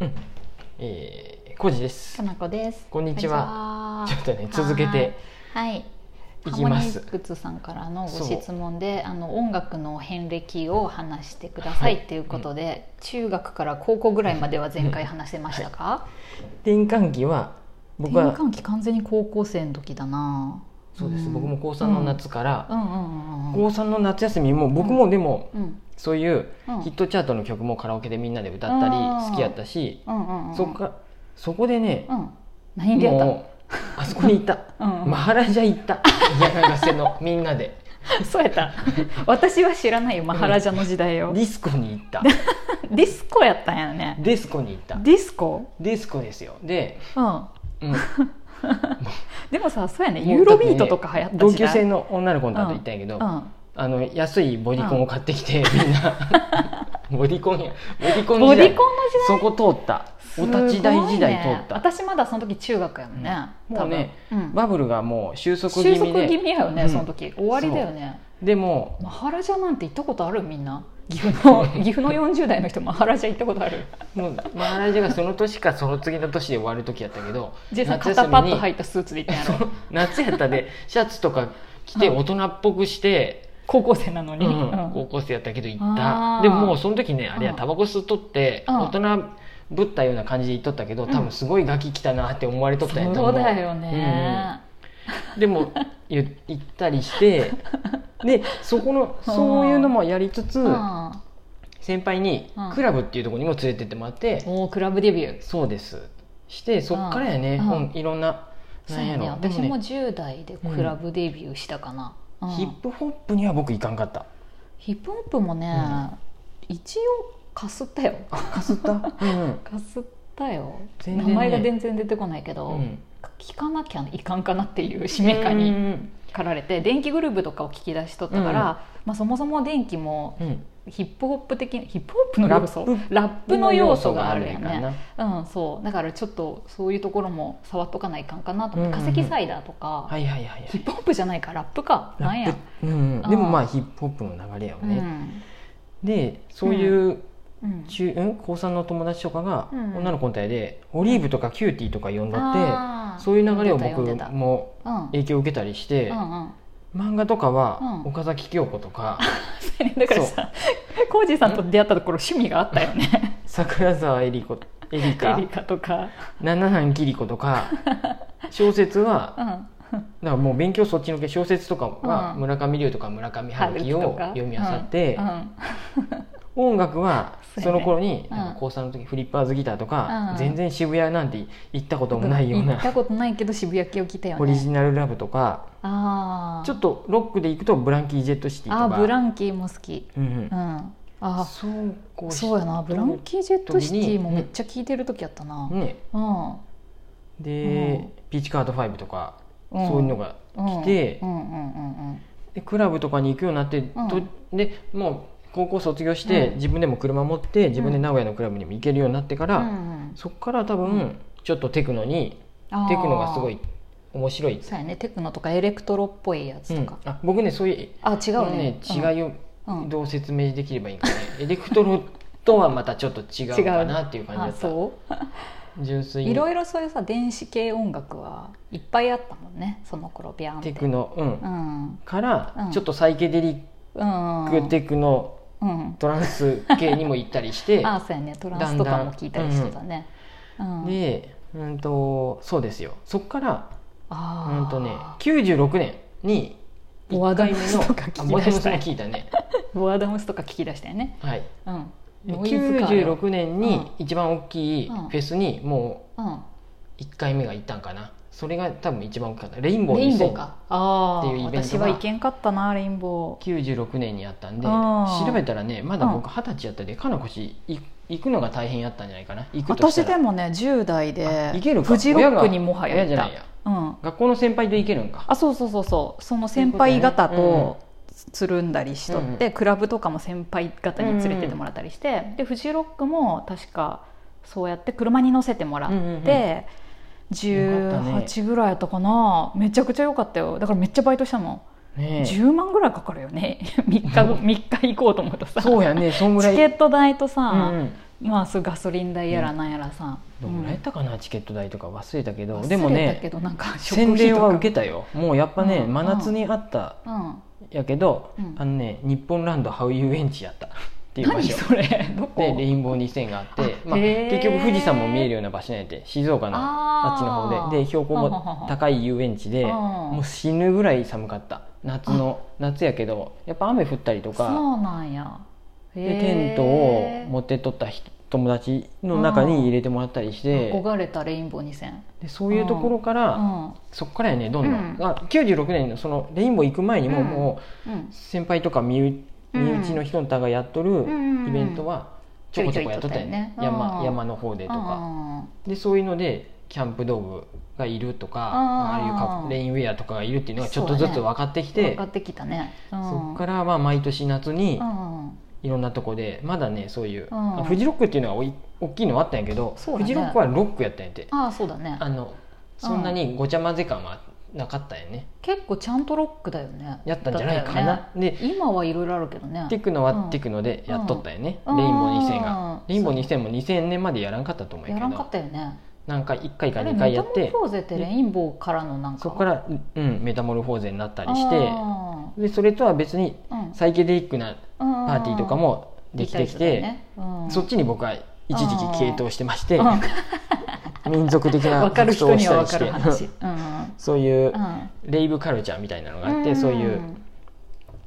うん、えー、コージですか。なこです。こんにちはこんにちょっとね続けてはい。はいいきますハーモニックスさんからのご質問で、あの音楽の遍歴を話してくださいはいっていうことで、中学から高校ぐらいまでは前回話してましたか？転換期は僕は転換期完全に高校生の時だな。そうです。ん僕も高三の。夏から、うんうんうんうん。高三の夏休みも僕もでも、うんそういううんヒットチャートの曲もカラオケでみんなで歌ったりうん好きやったし、うんうんうん。そっかそこでねう、ん。何に出会ったの？もうあそこに行った。うんうんマハラジャ行った。嫌がらせのみんなでそうや った。私は知らないよ。マハラジャの時代デを。ィスコに行った。ディスコやったんやね。ディスコに行った。ディスコ？ディスコですよ。で、うん。うん、でもさそうやねもうユーロビートとか流行った同時代級生の女の子のと行ったんやけど、あの安いボディコンを買ってきて、みんな ボディコンやボディコうンん、時代ボディコそこ通ったおンの時代立ち台時代す通ごいねった、私まだその時中学やもんね、うん多分もうね、うんバブルがもう収束気収味束で気味やよね、うんその時終わりだよねでもマハラジャなんて行ったことあるみんな岐阜の岐阜の40代の人マハラジャ行ったこと あるもうマハラジャがその年かその次の年で終わる時やったけどじさん夏肩休パみッにと入ったスーツで行ったんやろ夏やったでシャツとか着てうん大人っぽくして、高校生なのに、ううんん高校生やったけど行あったーでももうその時ねあれやうんタバコ吸っとってうん大人ぶったような感じで行っとったけど多分すごいガキ来たなって思われとったんやと思そううだよね、でも言行ったり してでそこのそういうのもやりつつうん先輩にうんクラブっていうところにも連れてってもらっておークラブデビューそうですしてそっからやねうんうんいろんなそうなんややねろでも私もね10代でクラブデビューしたかな、うんヒップホップには僕行かんかったヒップホップもね、一応かすったよかすったうんかすったよ、全名然ね前が全然出てこないけど、うん聞かなきゃいかんかなっていう使命感うにん駆られて電気グループとかを聞き出しとったから、うんまあ、そもそも電気もうんヒップホップ的ヒップホップの要素ラッラップの要素があるラよップの要素があるねかうんそうだからちょっとそういうところも触っとかないかんかなと思って、うんうんうん化石サイダーとか、はいはいはいはいヒップホップじゃないかラップかラなんやップうんあーでもまあヒップホップの流れやよねでそういううんうん中うん高3の友達とかがうん女の子の体でオリーブとかキューティーとか呼んだっあーてそういう流れを読僕んでた読んでもたうん影響を受けたりしてうんうん漫画とかはうん岡崎京子とか だからさ浩二さんと出会ったところ趣味があった よね桜沢恵里子恵里エリ香カとか、七飯キリ子と か小説はうだかん、らもう勉強そっちのけ小説とかはうん村上龍とか村上春樹を読み漁ってうんうん音楽はそうそやねの頃にうんなんか高3の時フリッパーズギターとかうん全然渋谷なんて行ったこともないよう行なったことないけど渋谷系を来たよねオリジナルラブとかあーちょっとロックで行くとブランキー・ジェット・シティとかあーブランキーも好き、うんうんうん、あーそうこうそうやなブランキー・ジェット・シティもうんめっちゃ聴いてる時やったな、ねうんで、うんピーチカード5とか、んそういうのが来てうんうんうんうんでクラブとかに行くようになって、んとでもう高校卒業して、うん自分でも車持って自分で名古屋のクラブにも行けるようになってから、うんうんそっから多分、うんちょっとテクノにあーテクノがすごい面白い、うそうやねテクノとかエレクトロっぽいやつとんか、、あ僕ねそういうあこ違うのねねうん違いをうんどう説明できればいい かね、エレクトロとはまたちょっと違うのかなっていう感じだあったそう純粋いにろいろそういうさ電子系音楽はいっぱいあったもんねその頃ビャーンってテクノ、うんうんからうんちょっとサイケデリうんックテクノうんトランス系にも行ったりして ああそうやねトランスとかも聞いたりしてたねうんで、うん、とそうですよそっから、ああうんとね、96年にボアダムスとかあ聞ボきアダ出ムしスたもよ聞いたね、ボアダムスとか聞き出したよねはい、うん ノイズかよ96年に一番大きいフェスにもうんう1回目が行ったんかなそれが多分一番大きかったレインボレインボーーかあっていうイあベントが私は行けんかったなレインボー96年にあったんであー調べたらねまだ僕う二十歳やったんでかなこしい行くのが大変やったんじゃないかな行くとし私たでらもね10代であ行けるかフジロックにもはや親行じゃっないたやうん学校の先輩と行けるんかあそうそうそうそうその先輩方そういうことねとつるんだりしとって、クラブとかも先輩方に連れてってもらったりして、でフジロックも確かそうやって車に乗せてもらって、うんうんうんよかったね18ぐらいやったかなめちゃくちゃ良かったよだからめっちゃバイトしたもん、ねえ10万ぐらいかかるよね3日後三日行こうと思うと さそうやねそんぐらいチケット代とさ、うんうんまあそうガソリン代やらなんやらさ、どうもらえたかなチケット代とか忘れたけどうんでも忘れたけねどなんか食洗費礼とはか受けたよもうやっぱねうん真夏にあったうんやけどうんあのね日本ランドハウ遊園地やったっていう場何所それどこでレインボー2000があってあまあ、へー結局富士山も見えるような場所なんやて静岡のああーっちの方でで標高はははもは高い遊園地でうんもう死ぬぐらい寒かった夏の夏やけどやっぱ雨降ったりとそかうなんやでテントを持ってっとった人友達の中に入れてもらったりして憧れたレインボー2000でそういうところから、うんそこからやねどんどん、うんあ96年のそのレインボー行く前にも、うんもうんう先輩とか身内うん身内の人たがやっとるイベントはちょこちょこやっとったよねちょいちょいとったよね山うん山の方でとか、あでそういうのでキャンプ道具がいるとかああーあいうカップレインウェアとかがいるっていうのがちょっとずつそうだね分かってきーて分かってきたねそうんこからは毎年夏にうんいろんなとこでまだねそういう、うんあフジロックっていうのはおい大きいのはあったんやけど、そうフだねジロックはロックやったんやてああそうだねあのそんなにごちゃ混ぜ感はなかったんやね、結構ちゃんとロックだよねやったんじゃないかだな、ったよねで今はいろいろあるけどねテクノはテクノでやっとったよね、うんレインボー2000がうんレインボー2000も2000年までやらんかったと思うけやどらんかったよねなんか1回かあれ2回やっメてタモルフォーゼってレインボーからのなんかそこから、うん、メタモルフォーゼになったりしてあでそれとは別にーうんサイケデリックなパパーティーとかもできてきて、そっちに僕は一時期系統してまして、民族的 な分かる服装人をにしたはり分かしる話、てそういうレイブカルチャーみたいなのがあって、そういう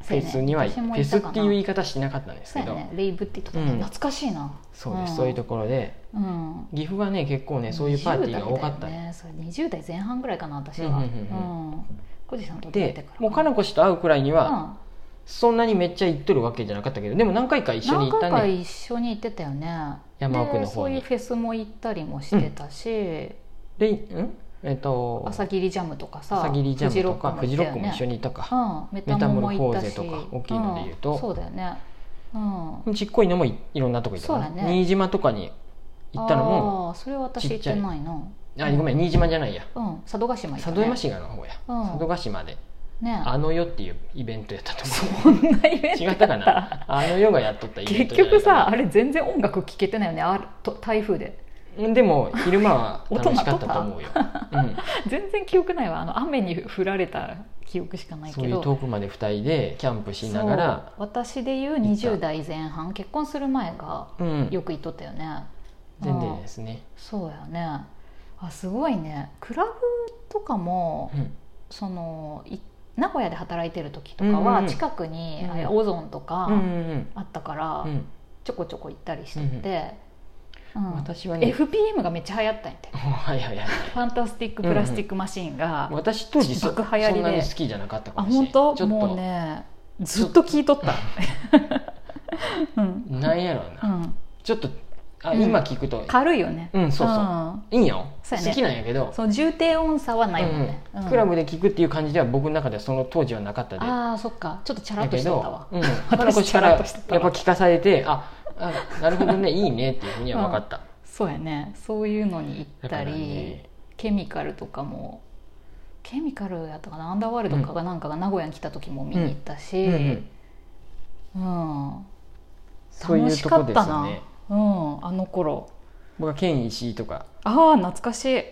フェスには、フェスっていう言いい方してなかったんですけど、ねレイブって言った時うん懐かしいなそうです、そういうところでうん岐阜はね結構ねそういうパーティーが多かった、 20代だよねそれ20代前半ぐらいかな私うんはうんうん小路さんと出てでからもうかななこ氏と会うくらいには、はそんなにめっちゃ行っとるわけじゃなかったけどでも何回か一緒に何行った回かね一緒に行ってたよね山奥の方にでそういうフェスも行ったりもしてたしでんえっ、と朝霧ジャムとかさ朝霧ジャムとかフフジジロロッックもクも行ったよね一緒に行ったか、うん、メタタモモルルフォフォーーゼゼととかか大大ききいいののでで言う言うととそうだよね、うん、ちっこいのもいいろんなとこ行ったそうな、だね新島とかに行行っったたののももそれはちっちゃいないなあごめん新島じゃないやうん佐渡島佐佐渡渡島島市の方や、うん佐渡島でねあの世っていうイベントやったと思う こんなイベント違だったか なあの世がやっとったイベント結じゃない局かなさあれ全然音楽聴けてないよねあると台風で うんでも昼間は楽しかったと思うよ、う、全然記憶ないわあの雨に降られた記憶しかなんいそうけいうど遠くまで2人でキャンプしながらそう私で言う20代前半結婚する前がう、ん、よく行っとったよね、全然ですね、そうやねあすごいねクラブとかもうんそのい名古屋で働いてる時とかはうんうん近くに、うんあオゾンとかうんうんあったから、うん、ちょこちょこ行ったりしてて、うん私は ね FPM がめっちゃ流行っ たんやてはいはいはいファンタスティック・プラスティック・マシーンが、私当時そ爆流行りそんでなに好きじゃなかったかあもしれな本い当ちょっともうねずっと聞いとった、 うんなんやろううな、ん、ちょっとあ、うん今聞くと軽いよねうんそうそう、んいいんよ、そうやね好きなんやけどその重低音差はないもんね、うんうんクラブで聞くっていう感じでは僕の中ではその当時はなかったでああそっかちょっとチャラだっとけしてたどわ、うん、 私花子氏からやチっャラぱっとしてたわ聞かされてああなるほどねいいねっていうふうには分かった、そうやねそういうのに行っただからり、ねケミカルとかもケミカルやったかなアンダーワールドかがなんかが名古屋に来た時も見に行ったし、うんううんんそういう楽としこかでっすたよな、ねうん、あの頃僕はケン石井とかああ懐かしい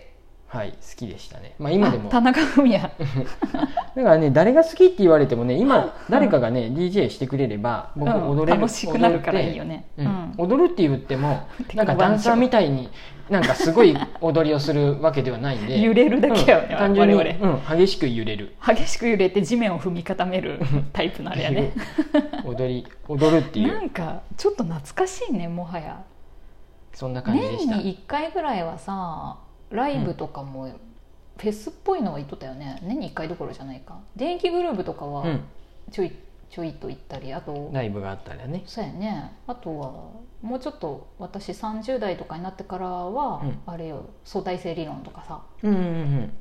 はい好きでしたねまあ今でもあ田中文也だからね誰が好きって言われてもね今誰かがね DJ してくれれば僕うん踊れる、楽しくなるからいいよね踊れて、うんうん踊るって言って もてなかんかダンサーみたいになんかすごい踊りをするわけではないんで揺れるだけやよね、うん単純に、我々うん、激しく揺れる激しく揺れて地面を踏み固めるタイプのあ れやねっていう踊り踊るっていなうんかちょっと懐かしいねもはやそんな感じで年したに1回ぐらいはさライブとかもフェスっぽいのは行っとったよね、年に1回どころじゃないか電気グループとかうはん、ちょい、ちょいと行ったりあとライブがあったらねそうやねあとはもうちょっと私30代とかになってからは、うんあれよ相対性理論とかさうんうん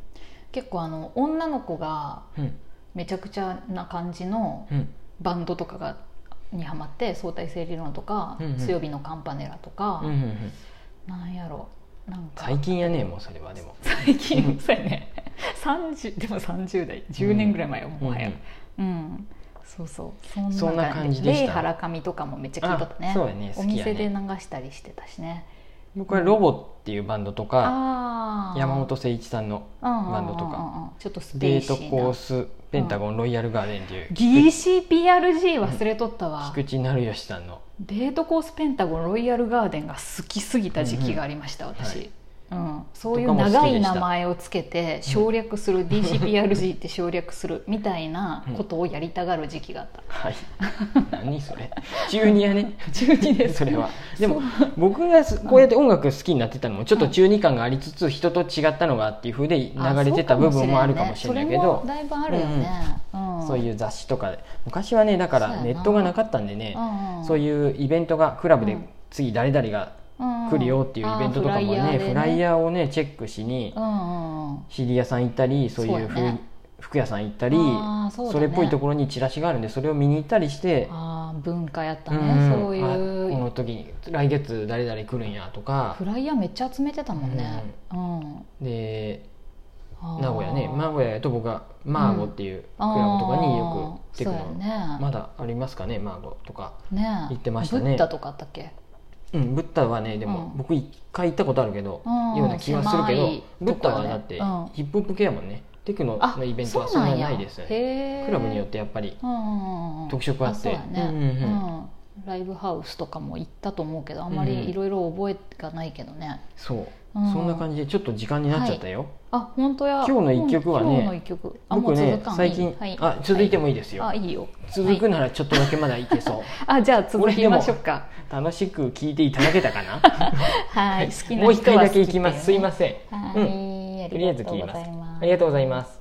結構あの女の子がうんうんめちゃくちゃな感じのうんバンドとかがにハマって相対性理論とか、うんうん強火のカンパネラとか、うんうんうんなんやろなんか最近やねもうそれはでも最近そうやね30でも30代10年ぐらい前よ、もはや、うんうんそうそうそんな感じでしたレイ・ハラカミとかもめっちゃ聞いとったねあそうやね好おきやね店で流したりしてたしね僕はロボっていうバンドとか、あー山本誠一さんのうんうんうんうんバンドとかちょっとスペデーーシトコーーなスペンタゴンロイヤルガーデンっていう DCPRG 忘れとったわ菊池成吉さんのデートコースペンタゴンロイヤルガーデンが好きすぎた時期がありました、私、うん、そういう長い名前をつけて省略する DCPRG って省略するみたいなことをやりたがる時期があった、 はい何それ中二やね中二ですそれはでもそ僕がすこうやって音楽好きになってたのもちょっと中二感がありつつ人と違ったのがっていうふうで流れてた部分もあるかもしれないけあそうかもしれんねそれどもだいぶあるよね、うんそういう雑誌とかで昔はねだかそうやらなネットがなかったんでねうんうんそういうイベントがクラブうでん次誰々が来るよっていうイベントとかもあーねフライヤーヤーをねチェックしにでねうんうんうん CD 屋さん行ったりそういうふうそうやね服屋さん行ったりあーそうだねそれっぽいところにチラシがあるんでそれを見に行ったりしてあー文化やったうね、んそういあう、この時に来月誰々来るんやとかフライヤーめっちゃ集めてたもんね、うんであー名古屋ね名古屋やと僕はマーゴっていうクラブとかによくテクあーそうノやねまだありますかねマーゴとかね行ってましたねブッダとかあったっけうんブッダはねでもうん僕一回行ったことあるけどうんような気がするけ狭いどブッダはだっとてこやねうんヒップホップ系やもんねテクノあのイベントはそんなにないですよねねクラブによってやっぱり特色あってそうやうんね、ううんうんライブハウスとかも行ったと思うけどあんまりいろいろ覚えがないけどね、そううんそんな感じでちょっと時間になっちゃったよあ本当や今日の一曲はね今日の一曲あも僕うね続かん最近はいあ続いてもいいですはよいあいいよ続くはいならちょっとだけまだいけそうあじゃあ続きましょうか楽しく聞いていただけたかなはい好きもな人は好う一回だきけいきますすいませせんはい、あとりあえず聞きりがまとうごすざいますありがとうございます